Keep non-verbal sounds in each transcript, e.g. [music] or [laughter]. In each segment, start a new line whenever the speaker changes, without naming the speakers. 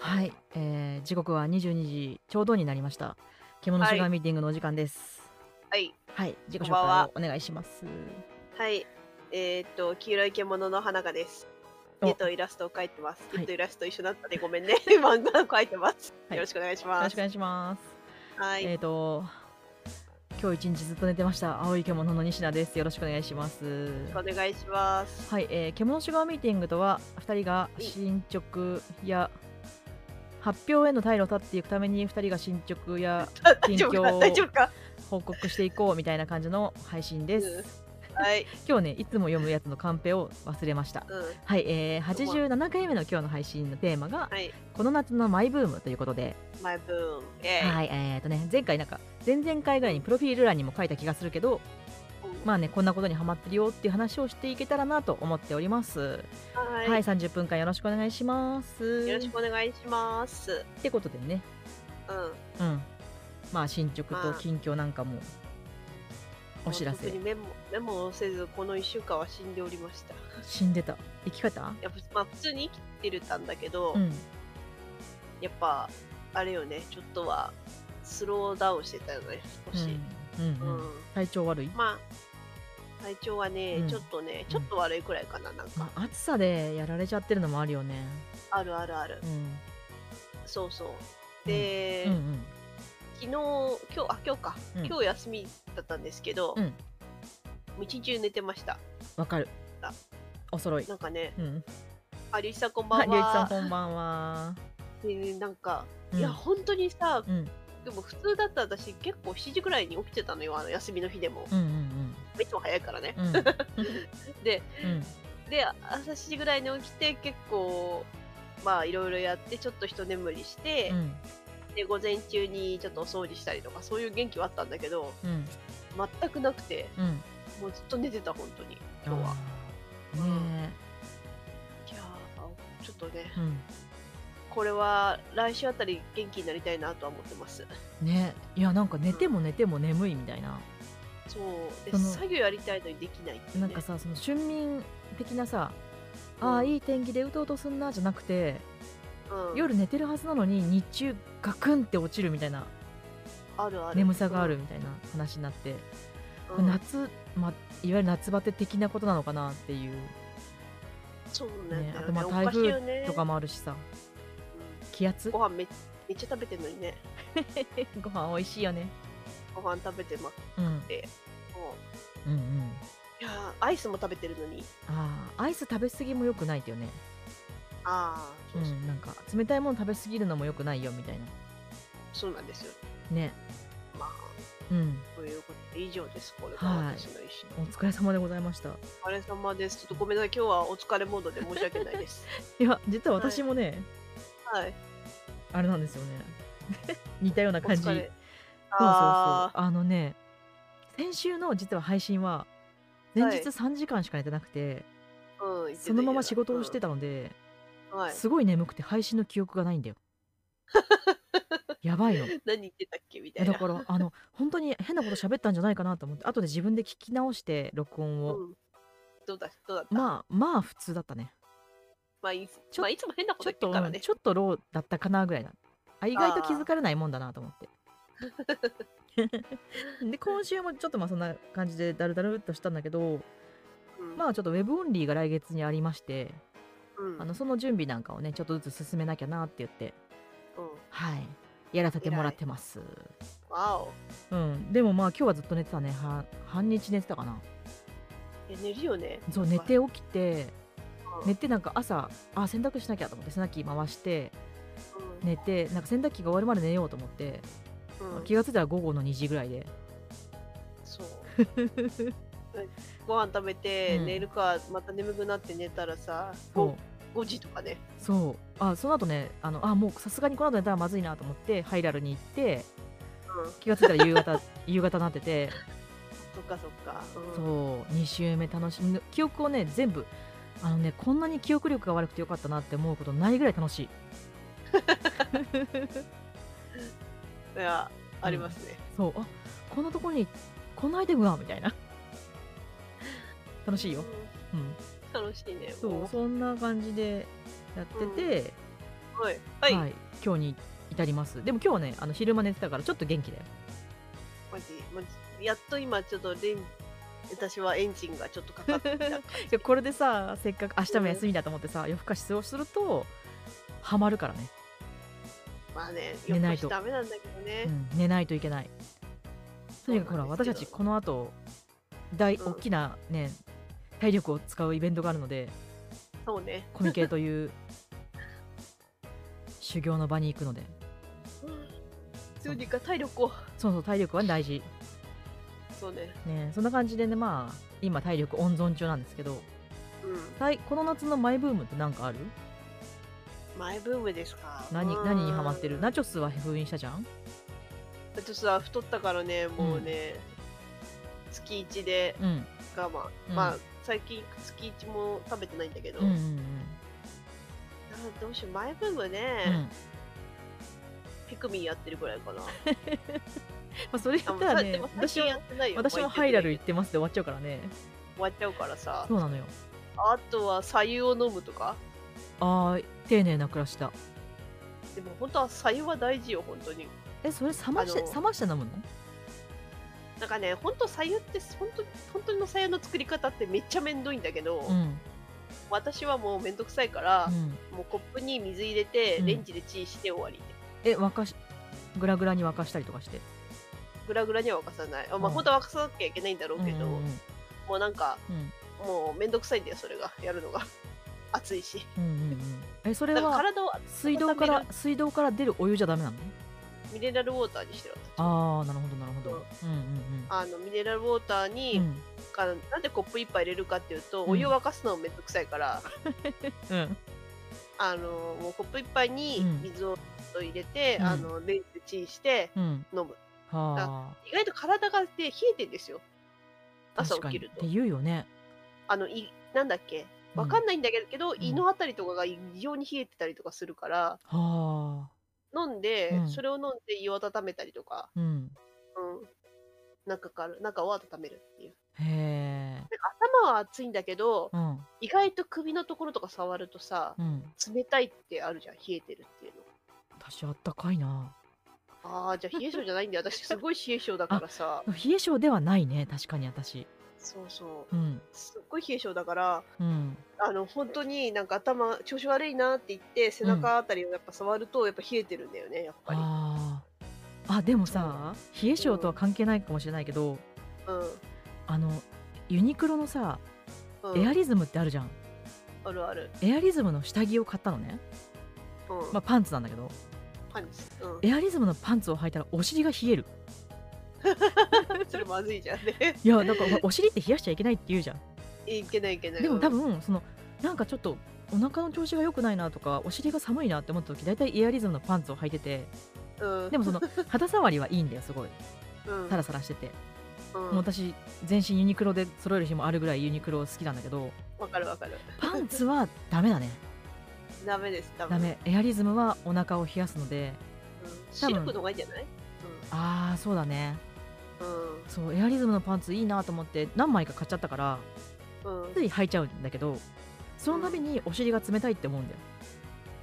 はい、えー、時刻は22時ちょうどになりました。獣シュガーミーティングのお時間です。
はい。
はい、自己紹介お願いします。
はい、えー、っと黄色い獣の花がです。絵とイラストを描いてます。絵、はい、とイラスト一緒だったでごめんね。 [laughs] 漫画を描いてます、はい、よろしくお願いします。。
よろしくお願いします
はい。
えっ、ー、と今日一日ずっと寝てました。青い獣の西名です。よろしくお願いします。よ
ろしくお願いします。
はい、えー、獣シュガーミーティングとは2人が進捗や発表への退路を立っていくために2人が進捗 [laughs] や近況を報告していこうみたいな感じの配信です。
はい、
今日ねいつも読むやつのカンペを忘れました、
うん、
はい、えー、87回目の今日の配信のテーマが、
はい、
この夏のマイブームということで
マイブーム
はいえー、とね前回なんか前々回ぐらいにプロフィール欄にも書いた気がするけど、うん、まあねこんなことにハマってるよっていう話をしていけたらなと思っております
はい、
はい、30分間よろしくお願いします
よろしくお願いします
ってことでね、
うん、うん
まあ進捗と近況なんかも、お知らせ
メモメモをせずこの1週間は死んでおりました
死んでた生き方
やまあ普通に生きてたんだけど、
うん、
やっぱあれよねちょっとはスローダウンしてたよね少し、
うん、うんうん、体調悪い
まあ体調はね、ちょっとねちょっと悪いくらいかななんか、
まあ、暑さでやられちゃってるのもあるよね
あるあるある、そうそうで、
うんうん
昨日今日あ今日か、うん、今日休みだったんですけど、
うん、
一日中寝てました
わかるお揃い
なんかね、
うん、
ありゅうさんこんばんは
りゅうさんこんばんは
でなんか、うん、いや本当にさ、
うん、
でも普通だった私結構7時くらいに起きてたのよあの休みの日でも、
うんうんうん
いつも早いからね、で、で朝7時ぐらいに起きて結構まあいろいろやってちょっと一眠りして、で午前中にちょっとお掃除したりとかそういう元気はあったんだけど、
うん、
全くなくて、
うん、
もうずっと寝てた本当に今日は。
ね
え、うん、いやちょっとね、
うん、
これは来週あたり元気になりたいなとは思ってます。
ねいやなんか寝ても寝ても眠いみたいな。
そうで作業やりたいのにできないって、ね、
なんかさその春眠的なさ、ああいい天気でうとうとすんなじゃなくて。
うん、
夜寝てるはずなのに日中ガクンって落ちるみたいな
あるある
眠さがあるみたいな話になって、うん、夏、ま、いわゆる夏バテ的なことなのかなっていう
そうね、ね、
あとまあ台風とかもあるしさ、ね、気圧
ご飯めめっちゃ食べてるのにね
ご飯美味しいよね
ご飯食べてまく、
ってうん、うんうん
いやアイスも食べてるのに
ああアイス食べ過ぎもよくないってよね
あ
あ、うん、なんか冷たいもの食べ過ぎるのもよくないよみたいな
そうなんですよ
ね
まあ
うん
ということで以上ですこれが私の意
思お疲れ様でございました
お疲れ様ですちょっとごめんなさい今日はお疲れモードで申し訳ないです
[laughs] いや実は私もね
はい、はい、
あれなんですよね [laughs] 似たような感じそうそうそう
あ
のね先週の実は配信は前日3時間しか寝てなくて、はい
うん、
そのまま仕事をしてたので、
うんはい、
すごい眠くて配信の記憶がない [laughs] んだよ。やばいの。
何言ってたっけみたいな。、
だからあの本当に変なこと喋ったんじゃないかなと思って後で自分で聞き直して録音を。うん
どうだどうだ
まあまあ普通だったね。
まあいつ,、まあ、いつも変なこと言ってるからね
ちょっとローだったかなぐらいな。あ意外と気づかれないもんだなと思
[laughs]
って。で今週もちょっとまあそんな感じでだるだるっとしたんだけど。まあちょっとウェブオンリーが来月にありまして、
うん、
あのその準備なんかをねちょっとずつ進めなきゃなって言って、
うん、
はいやらせてもらってます
わ
お、うん、でもまあ今日はずっと寝てたねは半日寝てたかな
え寝るよね
そう寝て起きて、うん、寝てなんか朝あ洗濯しなきゃと思って洗濯機回して、寝てなんか洗濯機が終わるまで寝ようと思って、気が付いたら午後の2時ぐらいで
そう [laughs] ご飯食べて寝るか、うん、また眠くなって寝たらさ 5, 5時とかね
そうあその後ねあのあもうさすがにこの後寝たらまずいなと思ってハイラルに行って、
うん、
気が付いたら夕方夕方になってて
そっかそっか、
うん、そう2週目楽しみ記憶をね全部あのねこんなに記憶力が悪くてよかったなって思うことないぐらい楽しい
いやありますね、
そうあこんなところにこんなアイテムがみたいな楽しいよ、うん、うん、
楽しいね
そうそんな感じでやってて、
はいはい、
はい、今日に至りますでも今日ねあの昼間寝てたからちょっと元気だよ
マジマジやっと今ちょっとレン私はエンジンがちょっとかかってきた
いやこれでさせっかく明日も休みだと思ってさ、夜更かしそうするとハマるからね、[laughs]
まあね
寝
よ
ない
く
と
しダメなんだけどね、
うん、寝ないといけないとにかくほら
そうなんで
私
すけど
たちこの後大、
うん
大きなね体力を使うイベントがあるので
そうね
コミケと
[laughs]
いう修行の場に行くので
どうにか体力を
そうそう体力は大事
そうね
ねそんな感じでねまあ今体力温存中なんですけど
うん
はいこの夏のマイブームって何かある
マイブームですか
何何にハマってる
な
ナチョスは封印したじゃん
ちょっとさ太ったからねもうね、月1で
うん
我慢、
うん
まあ最近月1も食べてないんだけど、
うんうん
あーどうしようマイブームね、
うん、うんま
ピクミンやってるぐらいかな
あ、それ
あ
言っ
もう
た
さ
ら
で
ね
も最
私
近や
も
ってないよ
私も
まあ
ハイラル
言っ
行ってますって終わっちゃうからね
てないけど終わっちゃうからさ
そうなのよ
あとは白湯を飲むとか
あー丁寧な暮らしだ
でも本当は白湯は大事よ本当に
えそれ冷まして
あの
冷まして飲むの
なんかね本当白湯って本当本当の白湯の作り方ってめっちゃめんどいんだけど、
うん
私はもうめんどくさいから
う、ん
もうコップに水入れて
うん
レンジでチンして終わり
え沸かしグラグラに沸かしたりとかして
グラグラには沸かさないあま
う
あ
ん
本当は沸かさなきゃいけないんだろうけど、
うん
もうなんか
うん
もうめんどくさいんだよそれがやるのが [laughs] 暑いし
うんうんうんうんえそれ
だから
は
体を
水道か
温め
ら
る
水道から出るお湯じゃダメなの
ミネラルウォーターにしてる私
ああなるほどなるほどうんうんうん
あのミネラルウォーターに、
うん
かなんでコップ一杯入れるかっていうと、
うん
お湯を沸かすのもめんどくさいから
うん
あのもうコップ一杯に
うん
水を入れて、
うん
あのレンジでチンして
うん
飲む
は
意外と体が、ね、冷えてんですよ
あ確
朝起
か
き
に
る
って
と
言うよね
あのいなんだっけ
う
わかんないんだけど、
ん
胃のあたりとかが異常に冷えてたりとかするから、
は
飲んで、
うん
それを飲んで胃を温めたりとか、
あうん
うん、中から中を温めるっていう。
へえ
で頭は熱いんだけど、
うん
意外と首のところとか触るとさ、
うん
冷たいってあるじゃん、冷えてるっていうの。
私あったかいな
ああ、じゃあ冷え性じゃないん
[laughs]
だよ。私すごい冷え性だからさ。
冷え性ではないね確かに私
そうそう。
うん
すっごい冷え性だから、
うん
あの、本当になんか頭、調子悪いなって言って、背中あたりをやっぱ触ると、やっぱ冷えてるんだよね、やっぱり。
あーあでもさ冷え性とは関係ないかもしれないけど、
う
あのユニクロのさ
ん。うん、
エアリズムってあるじゃん、
あるある。
エアリズムの下着を買ったのね、
うん。
まあ、パンツなんだけど
パンチ。うん。
エアリズムのパンツを履いたらお尻が冷える
[laughs] それまずいじゃんね。
いやなんかほらお尻って冷やしちゃいけないって言うじゃん
いけないいけない。
でも多
うん
分そのなんかちょっとお腹の調子が良くないなとかお尻が寒いなって思った時大体エアリズムのパンツを履いてて
うん、
でもその肌触りはいいんだよすごい
うん、
サラサラしてて、
うん
もう私全身ユニクロで揃える日もあるぐらいユニクロ好きなんだけど
わかるわかる。
パンツはダメだね
ダメです、ダメ。
ダメエアリズムはお腹を冷やすので
うん、
多
シ
分
ルクの方がいいんじゃない
ああそうだね
うん。
そうエアリズムのパンツいいなと思って何枚か買っちゃったから
うん。うん
つい履いちゃうんだけどその度にお尻が冷たいって思うんだよ、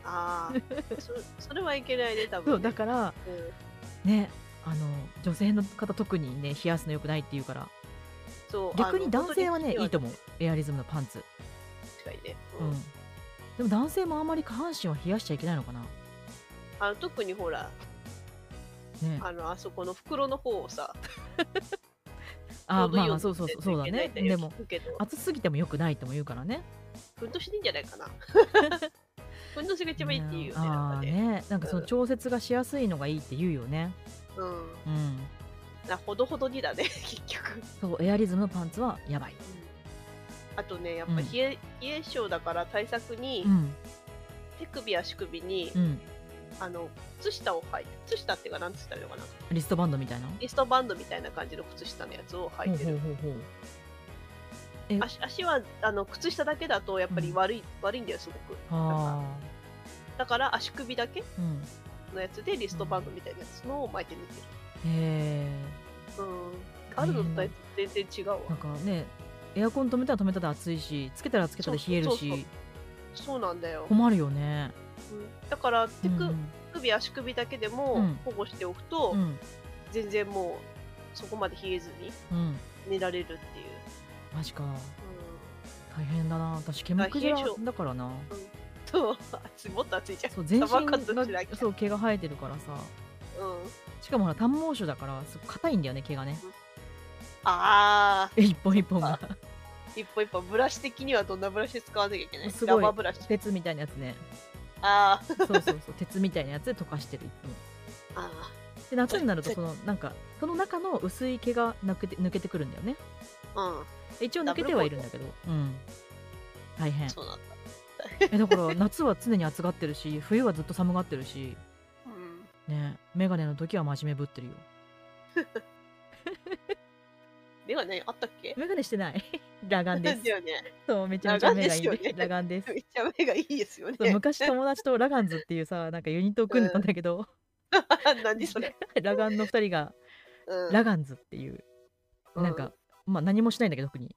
ああ。
[laughs]
そそれはいけないね、多分。
そうだから
ら。うん、
ねあの女性の方特にね冷やすのよくないっていうから
そう
逆に男性はねいいと
思
思うエアリズムのパンツ
う。確かにね。
う
うんん。
でも男性もあんまり下半身は冷やしちゃいけないのかな
あの特にほら、
ね
あの、あそこの袋の方をさ、
あ
ちょうど
まあ
いい
ま
温
あ
度
そうそうそうそうだ
でい
ね
けないんよ
でも
聞くけど、
暑すぎてもよくないとも言うからね
ふんどしでいいんじゃない
[laughs]
かな。ふんどしが一番いいっていうよね、なん
あ
か
あ
ね。
ねなんかその
うん
調節がしやすいのがいいって言うよね
うん。
うん
なほどほどにだね、 [laughs] 結局。
そうエアリズムのパンツはやばい
あとね、やっぱ冷え,、冷え性だから対策に、
うん
手首足首に、
うん
あの靴下を履いて靴下っていうかなんつったらいいのかな
リストバンドみたいな
リストバンドみたいな感じの靴下のやつを履いてる、
ほうほうほうほう
足足はあの靴下だけだとやっぱり悪い、悪いんだよすごくなんか
あ
だから足首だけ
あうん
のやつでリストバンドみたいなやつのを巻いて寝て
へえ
るうんあるのと
うん
全然違うわ、
なんかねエアコン止めたら止めたら暑いしつけたらつけたら冷える
そうそうそう
し
そうなんだよ
困るよね
だから手首、首足首だけで
う
も
ん
保護しておくと、
うんうん
全然もうそこまで冷えずに
うん
寝られるっていう、
マジか大変だな私毛
大
む
変
く
で
じ
し
ゃ
ょ
だからな
そう [laughs] 暑いもっと暑いじゃん
そう全身
サバカツしな
が
きゃ
そう毛が生えてるからさ
うん
しかもほら短毛種だからそう硬いんだよね毛がね
ああ
一本一本が
一歩一歩ブラシ的にはどんなブラシ使わなきゃいけない
す
ラ
ごい
バーブラシ
鉄みたいなやつね
あー
そうそうそう鉄みたいなやつで溶かしてるいつも
あ
で夏になるとそのなんかその中の薄い毛が抜けて抜けてくるんだよね
ー
一応抜けてはいるんだけどうん大
う
変
んそうなんだ
えだから夏は常に暑がってるし冬はずっと寒がってるし
うん
ねメガネの時は真面目ぶってるよ
目がねあったっけ
メガネしてない [laughs] 裸眼で
ですすよね
そうめちゃめちゃ目がいい
裸眼ですよね
裸眼です
[laughs] めっちゃ目がいいですよね
そう昔友達とラガンズっていうさなんかユニットを組んでたんだけど、
[laughs]
[laughs]
何それ、
ラガンの2人が
うん、
ラガンズっていう、なんか、まあ何もしないんだけど特に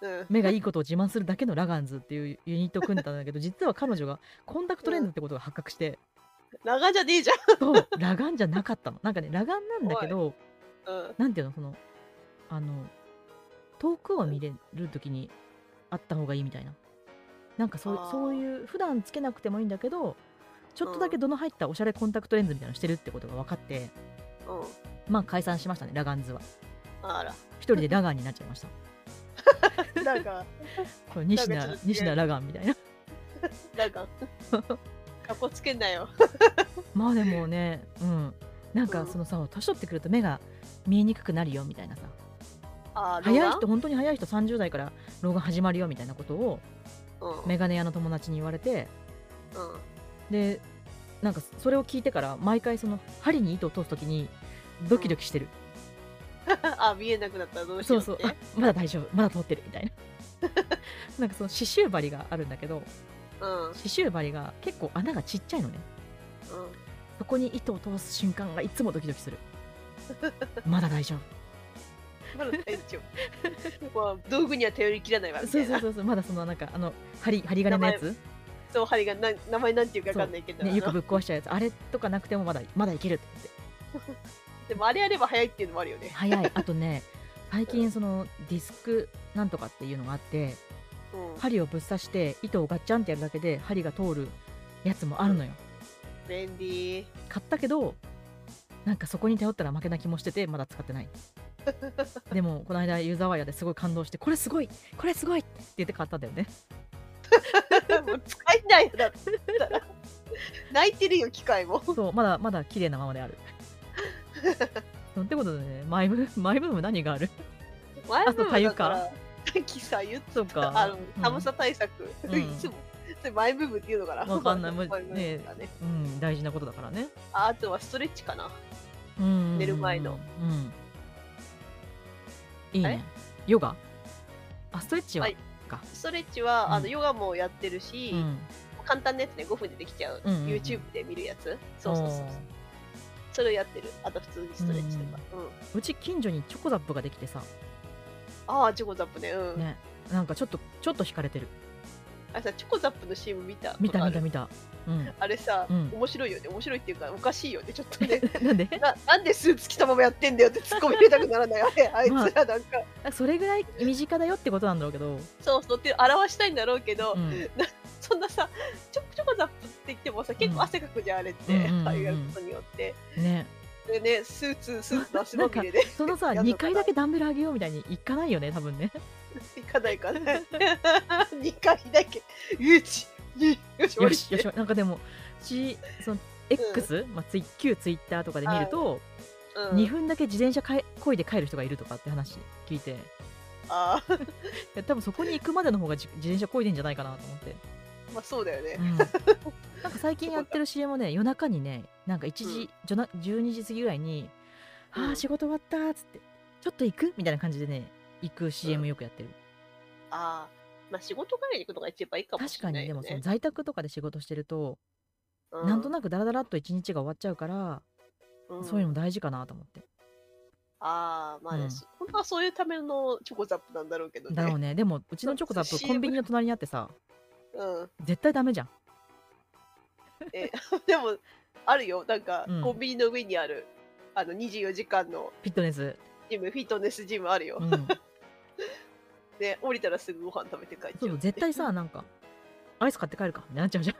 うん
目がいいことを自慢するだけのラガンズっていうユニットを組んでたんだけど実は彼女がコンタクトレンズってことが発覚
[laughs]
して、
長じゃねえじゃん、
そうラガンじゃなかったのなんかねラガンなんだけど
うん、
なんていうのそのあの遠くを見れる時にあった方がいいみたいななんかそう
あー
そういう普段つけなくてもいいんだけどちょっとだけ度の入ったおしゃれコンタクトレンズみたいなのしてるってことが分かって
うん、
まあ解散しましたねラガンズは
あら
一人でラガンになっちゃい
[laughs]
ました
なんか
これ西
なん
田
かちょっと違う
西田ラガンみたいな [laughs]
なんかかっこつけんなよ
まあでもねうんなん
う
か
ん
そのさ年取ってくると目が見えにくくなるよみたいなさ
あー
早い
老眼
人本当に早い人30代から老眼始まるよみたいなことを
うん
メガネ屋の友達に言われて
うん
でなんかそれを聞いてから毎回その針に糸を通す時にドキドキしてる、
[laughs] あ見えなくなったらどうし
そ
よう
う
って
そうあまだ大丈夫まだ通ってるみたいな [laughs] なんかその刺繍針があるんだけど [laughs]
うん
刺繍針が結構穴がちっちゃいのね
うん
そこに糸を通す瞬間がいつもドキドキ
[laughs]
するまだ大丈夫
まだ大丈夫まあ道具には頼りきらないわみた
そ
いうな
そうそうそうまだそのなんかあの針針金のやつ、
そう針がな名前なんていうかわかんないけど、
ね、よく
あの
ぶっ壊しちゃうやつあれとかなくてもまだまだいけるって言って
でもあれやれば早いっていうのもあるよね、
早いあとね最近そのディスクなんとかっていうのがあって
うん、
針をぶっ刺して糸をガッチャンってやるだけで針が通るやつもあるのよ
便利
買ったけどなんかそこに頼ったら負けな気もしててまだ使ってない
[laughs]
でもこの間湯沢屋ですごい感動してこれすごいこれすごいって言って買ったんだよね
[laughs] もう使えないよだったら泣いてるよ機械も
そうまだまだ綺麗なままであ
[laughs]
るそうってことでねマイブマイブーム何がある
前
あそうかゆか
さっきさ言って
そうか
たあの
うん
寒さ対策、
うん
いつもそれ前部分っていうのかな
わかんない
前部
ま
分
ね
だね
うん大事なことだからね
ああとはストレッチかな
うん
寝る前の
うんいいねヨガあストレッチは、
はいストレッチは、あのヨガもやってるし、
うん
簡単なやつね5分でできちゃう、
うんうんうん
YouTube で見るやつそうそうそうそうそれをやってるあと普通にストレッチとか、うん
うち近所にチョコザップができてさ、
ああチョコザップねうん
ね、なんかちょっとちょっと惹かれてる
あれさチョコザップの CM 見た
見た
ことあ
見
る
た見た、うん、 [laughs]
あれさ、
うん
面白いよね面白いっていうかおかしいよねちょっとね [laughs]
なんで
ななんでスーツ着たままやってんだよって [laughs] 突っ込み入れたくならないあれあいつ
まあ
らなんか、
それぐらい身近だよってことなんだろうけど、
そうそうって表したいんだろうけど、
うん
そんなさチョコチョコザップって言ってもさ結構汗かくじゃんあれっ
う
て、
んうんうん
[laughs]
うん
ああいうことによって
ね、
でねスーツスーツの足まみれ [laughs] で
そのさ
やんのかな
2回だけダンベル上げようみたいにいかないよね多分ね
いかない [laughs] かね二回だけうちによ
[laughs]
し
よ
よし
しよしなんかでもしその X、まあ、ツイ旧ツイッターとかで見ると、
うん
2分だけ自転車かえ漕いで帰る人がいるとかって話聞いてい
ああ
や多分そこに行くまでの方がじ自転車漕いでんじゃないかなと思って、
まあそうだよね、
なんか最近やってる CM もね夜中にねなんか1時、じょな12時過ぎぐらいに「
うん
ああ仕事終わった」っつって「ちょっと行く?」みたいな感じでね行く CM よくやってる、
ああまあ仕事帰りに行くのが一番いいかも
確
しれ
か
な
に
い
で
よ
もその
ね
在宅とかで仕事してると、
う
なんとなくダラダラっと一日が終わっちゃうから、
うん
そういうの大事かなと思って、
ああまあ
うん
ね、す本当はそういうためのチョコザップなんだろうけどね
だろうねでもうちのチョコザッ
そう
プコンビニの隣にあってさ
うん
絶対ダメじゃん
え [laughs] でもあるよなんか、
うん
コンビニの上にあるあの24時間の
フィットネス、
ジムフィットネスジムあるよ、
うん、
で降りたらすぐご飯食べて帰っ
そ
ち
う
ゃ
そうう絶対さなんかアイス買って帰るかってなっちゃうじ
[laughs]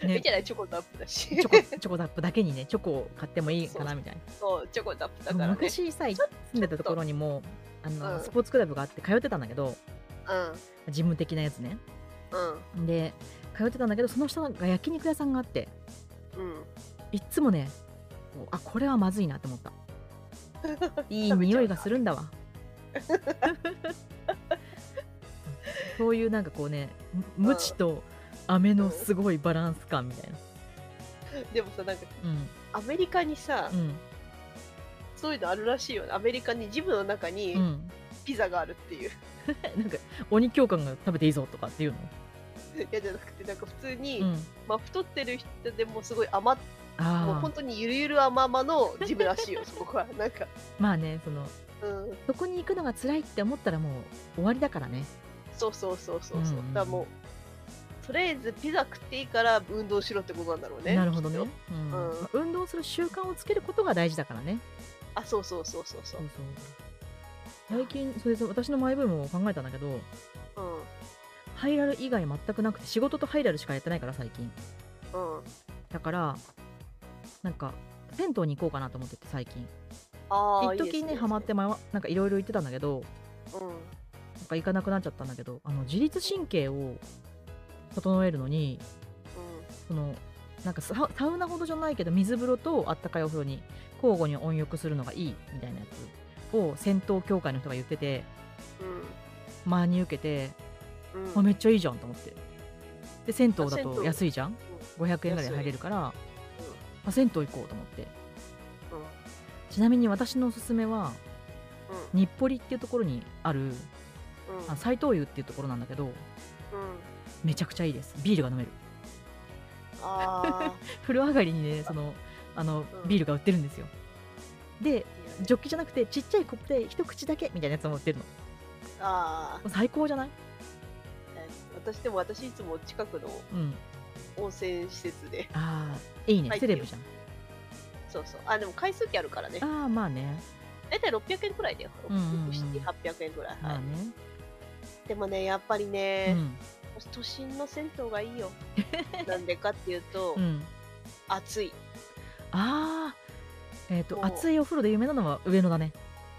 ゃん
い
ね
いじ
チ
ゃないチョコタップだし
ョコチョコダップだけにねチョコを買ってもいいかなみたいな
[laughs] そうチョコタップだ
でも
からね
昔さ住んでたところにもあの、
うん
スポーツクラブがあって通ってたんだけど
う
ジム的なやつね
ん
で通ってたんだけどその下が焼肉屋さんがあって
うんうん
いっつもねこうあこれはまずいなって
[laughs]
思ったいい
食べちゃ
匂
う
いがするんだわそういうなんかこうねむ無知と飴のすごいバランス感みたいな
でもさなんか
うん
アメリカにさ、
うん
そういうのあるらしいよねアメリカにジムの中
う
に
ん
ピザがあるっていう、 [laughs]
なんか鬼教官が食べていいぞとかっていうの、
いやじゃなくてなんか普通に、
うん、
まあ、太ってる人でもすごい甘っもう
あ
本
あ
当にゆるゆる甘々のジムらしいよそこはな
[laughs]
んか
まあねその
うん
そこに行くのが辛いって思ったらもう終わりだからね
そうそうそうそうそう、
うんうんうん
だからもうとりあえずピザ食っていいから運動しろってことなんだろうね
なるほど
きっ
ね
と、
うん
うん
まあ運動する習慣をつけることが大事だからね
あそうそうそうそうそ
そううそう最近それで私のマイブームを考えたんだけどハイラル以外全くなくて仕事とハイラルしかやってないから最近
うんうん
だからなんか銭湯に行こうかなと思ってて最近
ああ
一時ねハマって、まわなんかいろいろ行ってたんだけど
いいですね
なんか行かなくなっちゃったんだけどあの自律神経を整えるのにそのなんかサウサウナほどじゃないけど水風呂とあったかいお風呂に交互に温浴するのがいいみたいなやつを銭湯協会の人が言ってて真に受けて
うんうんうんうん
あめっちゃいいじゃんと思ってで銭湯だ
あ銭
と
湯
安いじゃん500円ぐらいで入れるから、あ銭湯行こうと思って
うんうん
ちなみに私のおすすめは日暮里っていうところにある
うん
あ斎藤湯っていうところなんだけど
うん
めちゃくちゃいいですビールが飲める
あ
風呂上がりにねそのあの
うん
ビールが売ってるんですよで
ー
ジョッキじゃなくてちっちゃいコップで一口だけみたいなやつも売ってるの
あー
最高じゃない
私でも私いつも近くの
うん
温泉施設で
ああいいね
入っ
セ
て
レ
る
ブじゃん
そうそうあでも回数券あるからね
ああまあね
大体600円くらいだよ
うんうんうん
600800円くらい、
ま
は
あ
い、
ね、
でもねやっぱりね、
うん
都心の銭湯がい
[laughs]
いよなんでかっていうと、
うん
暑い
ああえっ、と
もう
熱いお風呂で有名なのは上野だね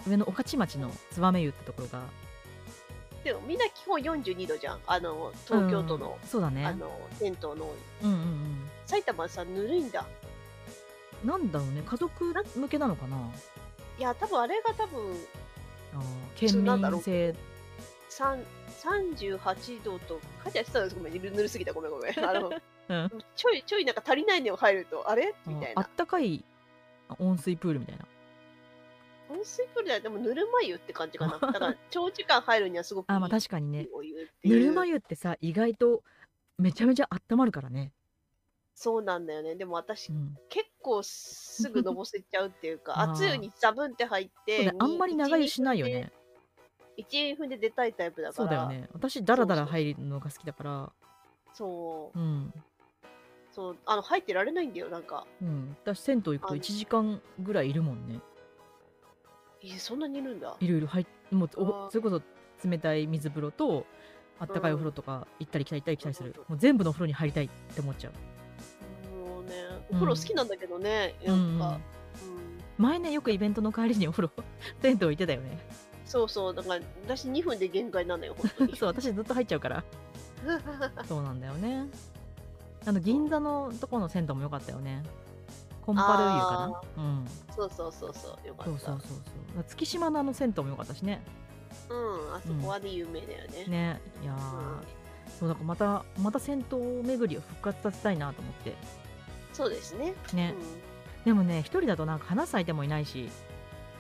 上野御徒町の燕湯ってところが
でもみんな基本42度じゃんあの東京都の
う,、ん、そうだ
あ
ね
の銭湯の
うんうんうん
埼玉はさぬるいんだ
なんだろうね家族向けなのかない
や多分あれが多分
あー
普通
県
なんだろ
民
う
性
さん38度と書いてあってたんですごめんぬるすぎたごめんごめ
[laughs]
んあの
うん
ちょいちょいなんか足りないのよ入るとあれ
あ
みたい
あ
な
ったかいあ温水プールみたいな
温水プールだよでもぬるま湯って感じかなだから長時間入るにはすごくいい
あーまあ確かにね
お湯って
ぬ
いう
るま湯ってさ意外とめちゃめちゃ温まるからね、
そうなんだよねでも私
うん、
結構すぐのぼせちゃうっていうか
[laughs] あー
熱い湯にザブンって入っ
そう
て
だあんまり長湯しないよね
12分で出たいタイプだか
そ
ら
うだよね私ダラダラ入るのが好きだから
そう
うん、
そうあの入ってられないんだよなんか
うん、私銭湯行くと1時間ぐらいいるもんね
えそんなにいるんだ
いろいろ入っもう
あ
お
ー
それこそ冷たい水風呂とあったかいお風呂とか行ったり来たり行ったり来たりする、
うん
もう全部のお風呂に入りたいって思っちゃう、
もうねお風呂好きなんだけどね、
うん
なんか、
前ねよくイベントの帰りにお風呂 [laughs] 銭湯行ってたよ
[laughs]
ね
うんそうそうだから私2分で限界なのよ本当
[laughs]
に
そう私ずっと入っちゃうからそうなんだよねあの銀座のとこの銭湯も良かったよねコンパル湯かなうん
[laughs] そうそうそうそうよかった
そうそうそうそう月島のあの銭湯も良かったしね
うんあそこはね、有名だよね
ねいやー
うん、
そうだからまたまた銭湯巡りを復活させたいなと思って
そうですね
ね、でもね一人だとなんか話す相手もいないし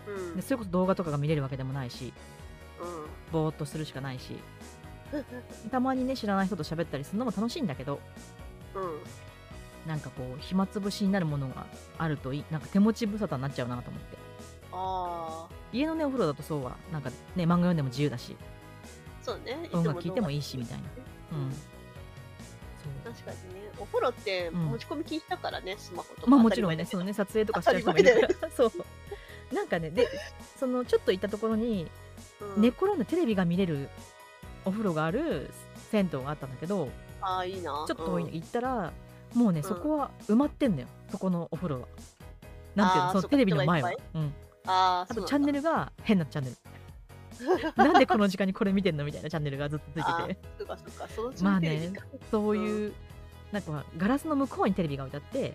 うんうん
でそれこそ動画とかが見れるわけでもないし
うん
ぼーっとするしかないしたまにね知らない人と喋ったりするのも楽しいんだけど
うん
なんかこう暇つぶしになるものがあるといいなんか手持ち無沙汰になっちゃうなと思って
ああ
家のねお風呂だとそうはなんかね漫画読んでも自由だし
そうね
音楽聴いてもいいしみたいな
な
うん、
確かにねお風呂って
うん
持ち込み禁止だからね、スマホとか
まあもちろんね、
当
そ
た
の
り前だ
ね、撮
けど
影とかしちゃう人もいるから。 [laughs] そう。なんかね、で、そのちょっと行ったところに、
うん
寝転んでテレビが見れるお風呂がある銭湯があったんだけど、
ああいいな
ちょっと遠いの
うん
行ったら、もうね、
うん
そこは埋まってんのよ、そこのお風呂は。なんていう
あ
の、
ー
その
そっか
テレビの前は
人。
うん、
あ
あ
あそ
と
う
チャンネルが変なチャン
[laughs]
ネル。なんでこの時間にこれ見てんのみたいなチャンネルがずっとついてて、
なんだそっかそっかそ
ま
の
あ
うち
ね
テレビか
そういう、なんかまあガラスの向こうにテレビが置いてあって、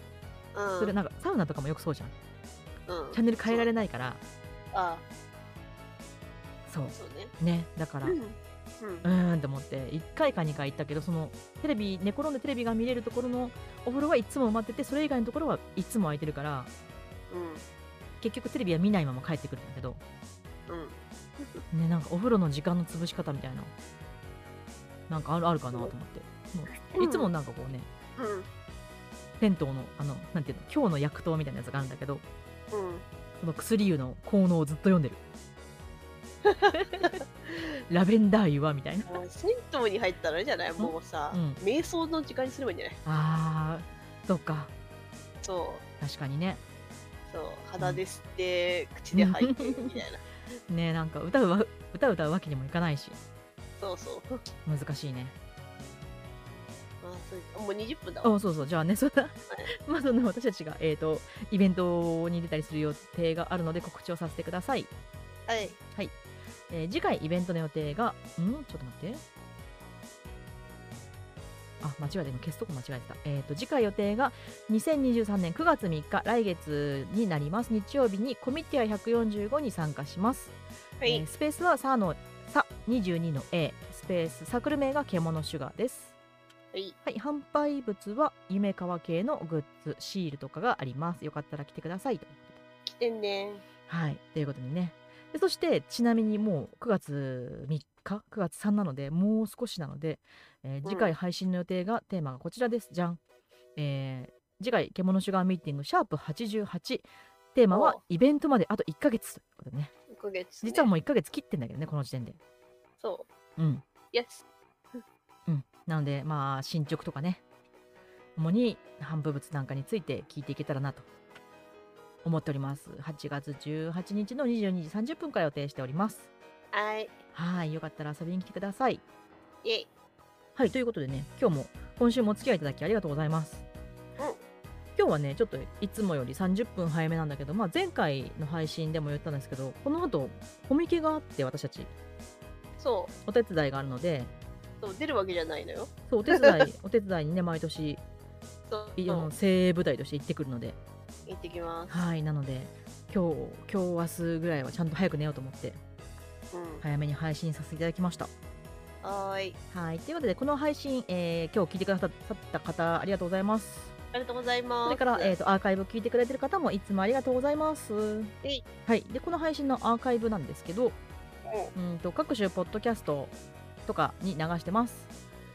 うん
それなんかサウナとかもよくそうじゃん。
うん
チャンネル変えられないから、
あ
そう
あそうね
ね、だから。
うん、うん、
うーんと思って1回か2回行ったけどそのテレビ寝転んでテレビが見れるところのお風呂はいつも埋まっててそれ以外のところはいつも空いてるから結局テレビは見ないまま帰ってくるんだけど
うんうん
ねなんかお風呂の時間の潰し方みたいななんかあるあるかなと思ってもう
うん
いつもなんかこうね
うん
銭湯のあのなんていうの今日の薬湯みたいなやつがあるんだけど
うん
その薬湯の効能をずっと読んで
[laughs]
るラベンダー湯はみたいな
もう銭湯に入ったらあれじゃないもうさ、
うん
瞑想の時間にすればいいんじゃない
あーそっか
そう
確かにね
そう肌で吸って、口で吐いてみたいな
ねなんか歌うわ歌う歌うわけにもいかないし
そうそうあ
難しいね
そうもう20分だ
あ
わ
そうそうじゃあねそんな [laughs] まあその私たちが、えー、とイベントに出たりする予定があるので告知をさせてください、
はい
えー次回イベントの予定がんちょっと待ってあ間違えた今消すとこ間違えてた、えー、と次回予定が2023年9月3日来月になります日曜日にコミティア145に参加します
は
え
い
ー、スペースはサのサ22の A スペースサークル名が獣シュガーです
はい
はい販売物は夢川系のグッズシールとかがありますよかったら来てくださいということで
来てんね
はいということでねでそしてちなみにもう9月3日9月3なのでもう少しなので、えー
ん
次回配信の予定がテーマがこちらですじゃん、えー次回獣シュガーミーティングシャープ88テーマは
お
イベントまであと1ヶ月ということでね
1ヶ月、ね、
実はもう1ヶ月切ってんだけどねこの時点で
そう
うん
イエス
うん、なのでまあ進捗とかね主に反布物なんかについて聞いていけたらなと思っております8月18日の22時30分から予定しております
はい
はいよかったら遊びに来てください
イエイ
はいということでね今日も今週もお付き合いいただきありがとうございます、
うん
今日はねちょっといつもより30分早めなんだけど、まあ、前回の配信でも言ったんですけどこの後コミケがあって私たち
そ
お手伝いがあるので
うそう出るわけじゃないのよ
そうお手伝 [laughs] いお手伝いにね毎年
そう
いあ
行
の精鋭部隊として行ってくるので
ってきます
はいなので今日今日明日ぐらいはちゃんと早く寝ようと思って
うん
早めに配信させていただきました
はーい
はいということでこの配信、えー今日聞いてくださった方ありがとうございます
ありがとうございます
それから、えー、とアーカイブ聞いてくれてる方もいつもありがとうございます
えい
はいでこの配信のアーカイブなんですけど
うん
うんと各種ポッドキャストとかに流してます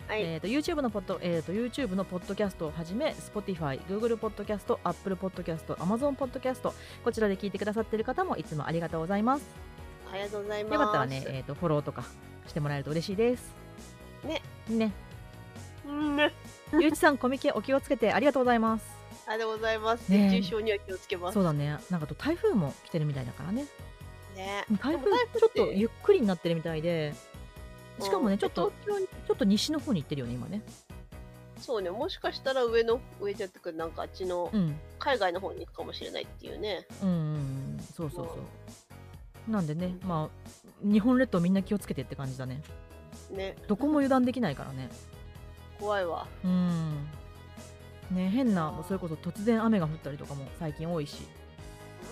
はい、
えー、と YouTube のポッド、えー、と YouTube のポッドキャストをはじめ Spotify、Google ポッドキャスト、Apple ポッドキャスト、Amazon ポッドキャストこちらで聞いてくださっている方もいつもありがとうございます。
ありがとうございます
よかったらね、えー、とフォローとかしてもらえると嬉しいです。
ね
ね。
うんね
ゆうちさんコミケお気をつけてありがとうございます。
ありがとうございます
ねえ
熱中症には気をつけます
そうだね。なんかと台風も来てるみたいだからね。
ね
台風
でも台風
ちょっと
って
ゆっくりになってるみたいで、しかも
う
ね
ん
ちょっとちょっと西の方に行ってるよね今ね。
そうねもしかしたら上の上じゃってくるなんかあっちの
うん。
海外の方に行くかもしれないっていうね
うんうんうんそうそうそうなんでねまあ日本列島みんな気をつけてって感じだね
ね
どこも油断できないからね
怖いわ
うんね変な
あー
それこそ突然雨が降ったりとかも最近多いし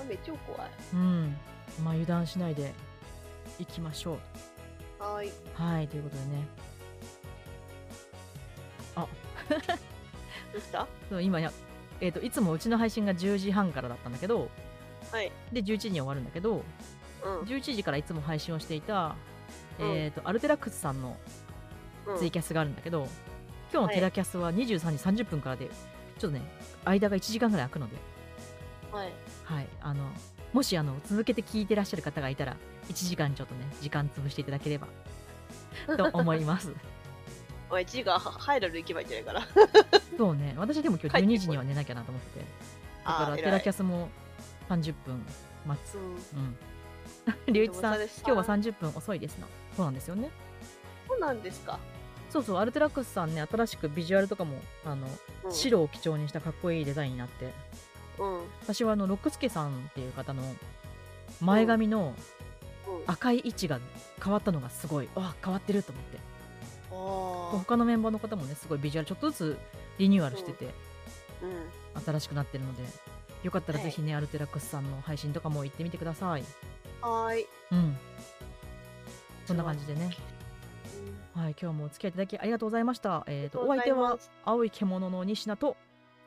雨超怖い
うんまあ油断しないでいきましょう
はーい
はいということでね
どうした
そう今やえー、といつもうちの配信が10時半からだったんだけど
はい
で11時に終わるんだけど
うん
11時からいつも配信をしていた、
うん
えー、とアルテラックスさんの
うん
ツイキャスがあるんだけど、今日のテラキャスは23時30分からで、ちょっとね、間が1時間ぐらい空くので、
はい
はい、あのもしあの続けて聞いてらっしゃる方がいたら、1時間ちょっとね、時間潰していただければと思います。
まあ、1時間は [laughs] ハイラル行けばいいんじゃないかな。
そうね私でも今日
帰ってこい
12時には寝なきゃなと思っててだ
あ
か
あ
ら
ー、
テラキャ
ス。
スも30分待つ
うん
うん。龍一さん、
でも
今
さ
日は30分遅いですな。そうなんですよね。
そうなんですか。
そうそう、アルテラックスさんね、新しくビジュアルとかも、あの、
うん、
白を基調にしたかっこいいデザインになって、
うん。うん。
私はあの、六助さんっていう方の前髪の赤い位置が変わったのがすごい、あ、変わってると思って。
あ
他のメンバーの方もね、すごいビジュアルちょっとずつリニューアルしてて、
ーうん。
新しくなってるので、よかったら
はい
ぜひね、アルテラックスさんの配信とかも行ってみてください。
はーい。
うん。そんな感じでね。
うん
はい、今日もお付き合いいただきありがとうございました。えっ、と、
あ
お相
りがと
手
うござい
は
ます
青い獣の西名と、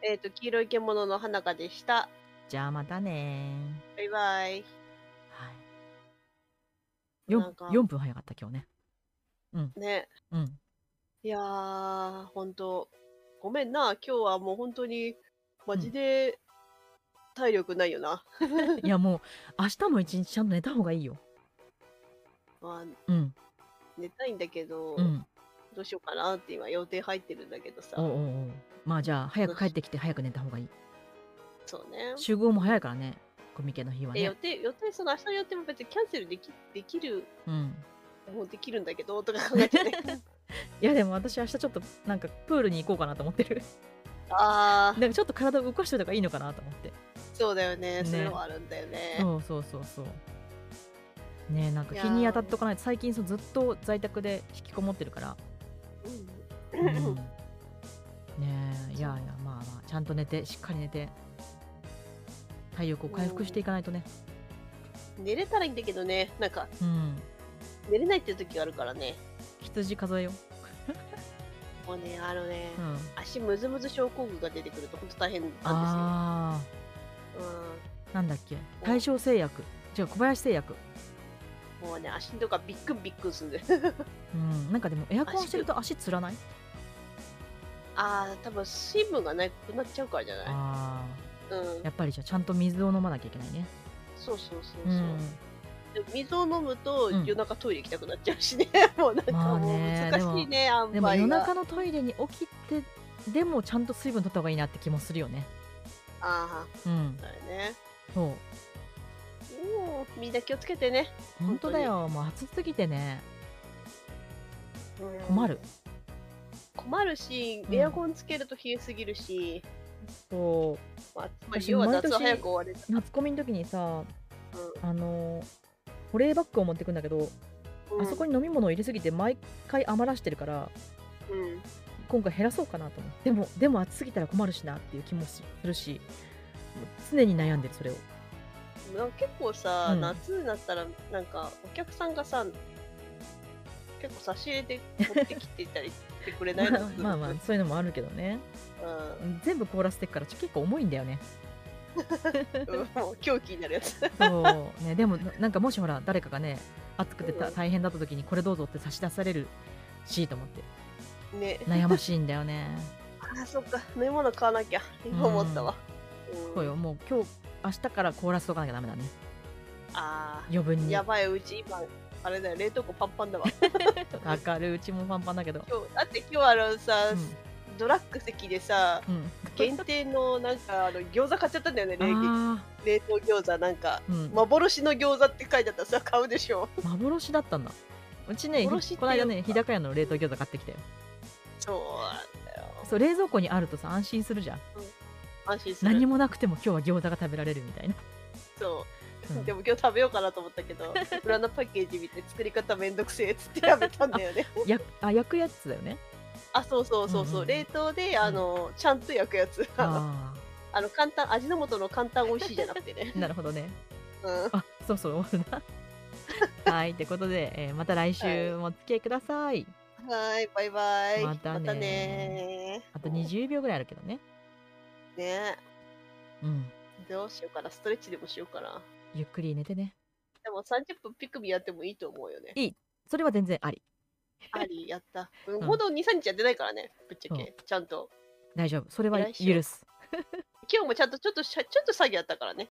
えっ、と、黄色い獣の花香でした。
じゃあまたね
バイバイ。
ー。はい。
なん
4,
か
4分早かった今日ね。
ね。 [laughs]
うん。
いやー、ほんと、ごめんな。今日はもう本当に、マジで、体力ないよな。
いやもう、明日も一日ちゃんと寝た方がいいよ。
まあ、
うん。
寝たいんだけど、
うん。
どうしようかなって今予定入ってるんだけどさ
おう。おうおうまあじゃあ、早く帰ってきて早く寝た方がいい。
そうね。
集合も早いからね、コミケの日は
で予
ね。
定、予定、その明日の予定も別にキャンセルできできる、
うん。
もうできるんだけど、とか考え
[laughs]
てね。
いやでも私明日ちょっとなんかプールに行こうかなと思ってる。
あー、
なんかちょっと体を動かしておいた方がいいのかなと思って。
そうだよね。
ね
それはあるんだよね。
そうそうそうそうねえなんか
いや
日
ー
に当たっとかないと最近そうずっと在宅で引きこもってるから、
う
うん
ん
ねえいやいやまあまあちゃんと寝てしっかり寝て体力を回復していかないとね
寝れたらいいんだけどね。なんか、
うん
寝れないっていう時があるからね。
羊数えよ
もうね、あのね、
う、うん、
足ムズムズ症候群が出てくると本当大変なん
あ
ですよ。
ーなんだっけ大正製薬違う小林製薬
うん、もうね、足とかビックンビックンするんで。
うんなんかでもエアコンしてると足つらない
ああ、多分水分がなくなっちゃうからじゃない
あ
うん
ーや。っぱりじゃあちゃんと水を飲まなきゃいけないね
そうそうそうそうう。
ん
でも水を飲むと
うん
夜中トイレ行きたくなっちゃうしね。 [laughs] もうなんか
まあ
もう
ね
難しいね、あん
でも
ま
夜
り。
中のトイレに起きてでもちゃんと水分取った方がいいなって気もするよね
ああ、
うん
だよね。
そう
もうみんな気をつけてね。
本当だよもう暑すぎてね困る。
困るし、
うん
エアコンつけると冷えすぎるし、
そ
まあ、つまり
私
要は
毎年
夏は早く終われた。
う夏コミの時にさ
う
あの保冷バッグを持ってくんだけど、
ん
あそこに飲み物を入れすぎて毎回余らしてるから
うん
今回減らそうかなと思ってでもでも暑すぎたら困るしなっていう気もするしもう常に悩んでるそれを
なんか結構さ、
うん
夏になったらなんかお客さんがさ結構差し入れで持ってきていたりしてくれないの
[laughs] まあまあそういうのもあるけどね
あ
全部凍らせてっからちょ結構重いんだよね
うん、 [laughs] もう狂気になる
[laughs]
やつ
そう、ね、でもななんかもしほら誰かがね暑くてた
うん
大変だった時にこれどうぞって差し出されるしと思って
ね
悩ましいんだよね
あそっか飲み物買わなきゃ今思ったわ、うん
そうよもう今日明日から凍らせとかなきゃダメだね
あ
余分
ー
に
やばいうち今あれだよ冷凍庫パンパンだわ
わかるうちもパンパンだけど、
今日だって今日あのさ、
う
ドラッグ席でさ
んうん、
限定のなんかあの餃子買っちゃったんだよね冷
あ
冷凍餃子なんか
ー、うん、
幻の餃子って書いてあったらさ買うでし [laughs] ょ
幻だったんだうちね
幻ってい
こ
うか
の間ね日高屋の冷凍餃子買ってきたよ
そうなんだよ
そう冷蔵庫にあるとさ安心するじゃん
安心する
何もなくても今日は餃子が食べられるみたいな、
そう、
うん
でも今日食べようかなと思ったけ [laughs] ど裏のパッケージ見て作り方めんどくせえっつってやめたんだよね
やあ焼くやつだよね
[laughs] あそうそうそうそう、
うんうん
冷凍であのちゃんと焼くやつ [laughs] あの
あ、
あの簡単味の素の簡単美味しいじゃなくてね
ーなるほどね
うん、
あそうそう終わるな。はい、ってことで、えーまた来週もお付き合いください。
はいバイバイ
またねー
ねー
あと20秒ぐらいあるけどね。
ね
うん。
どうしようかなストレッチでもしようかな
ゆっくり寝てね。
でも30分ピクミンやってもいいと思うよね
いそれは全然あり。
ありやった、うんん、ほど23日やってないからねぶっちゃ
そ
けちゃんと
大丈夫。それは
来週
許す。
今日もちゃんとちょっとしゃちょっと作業やったからね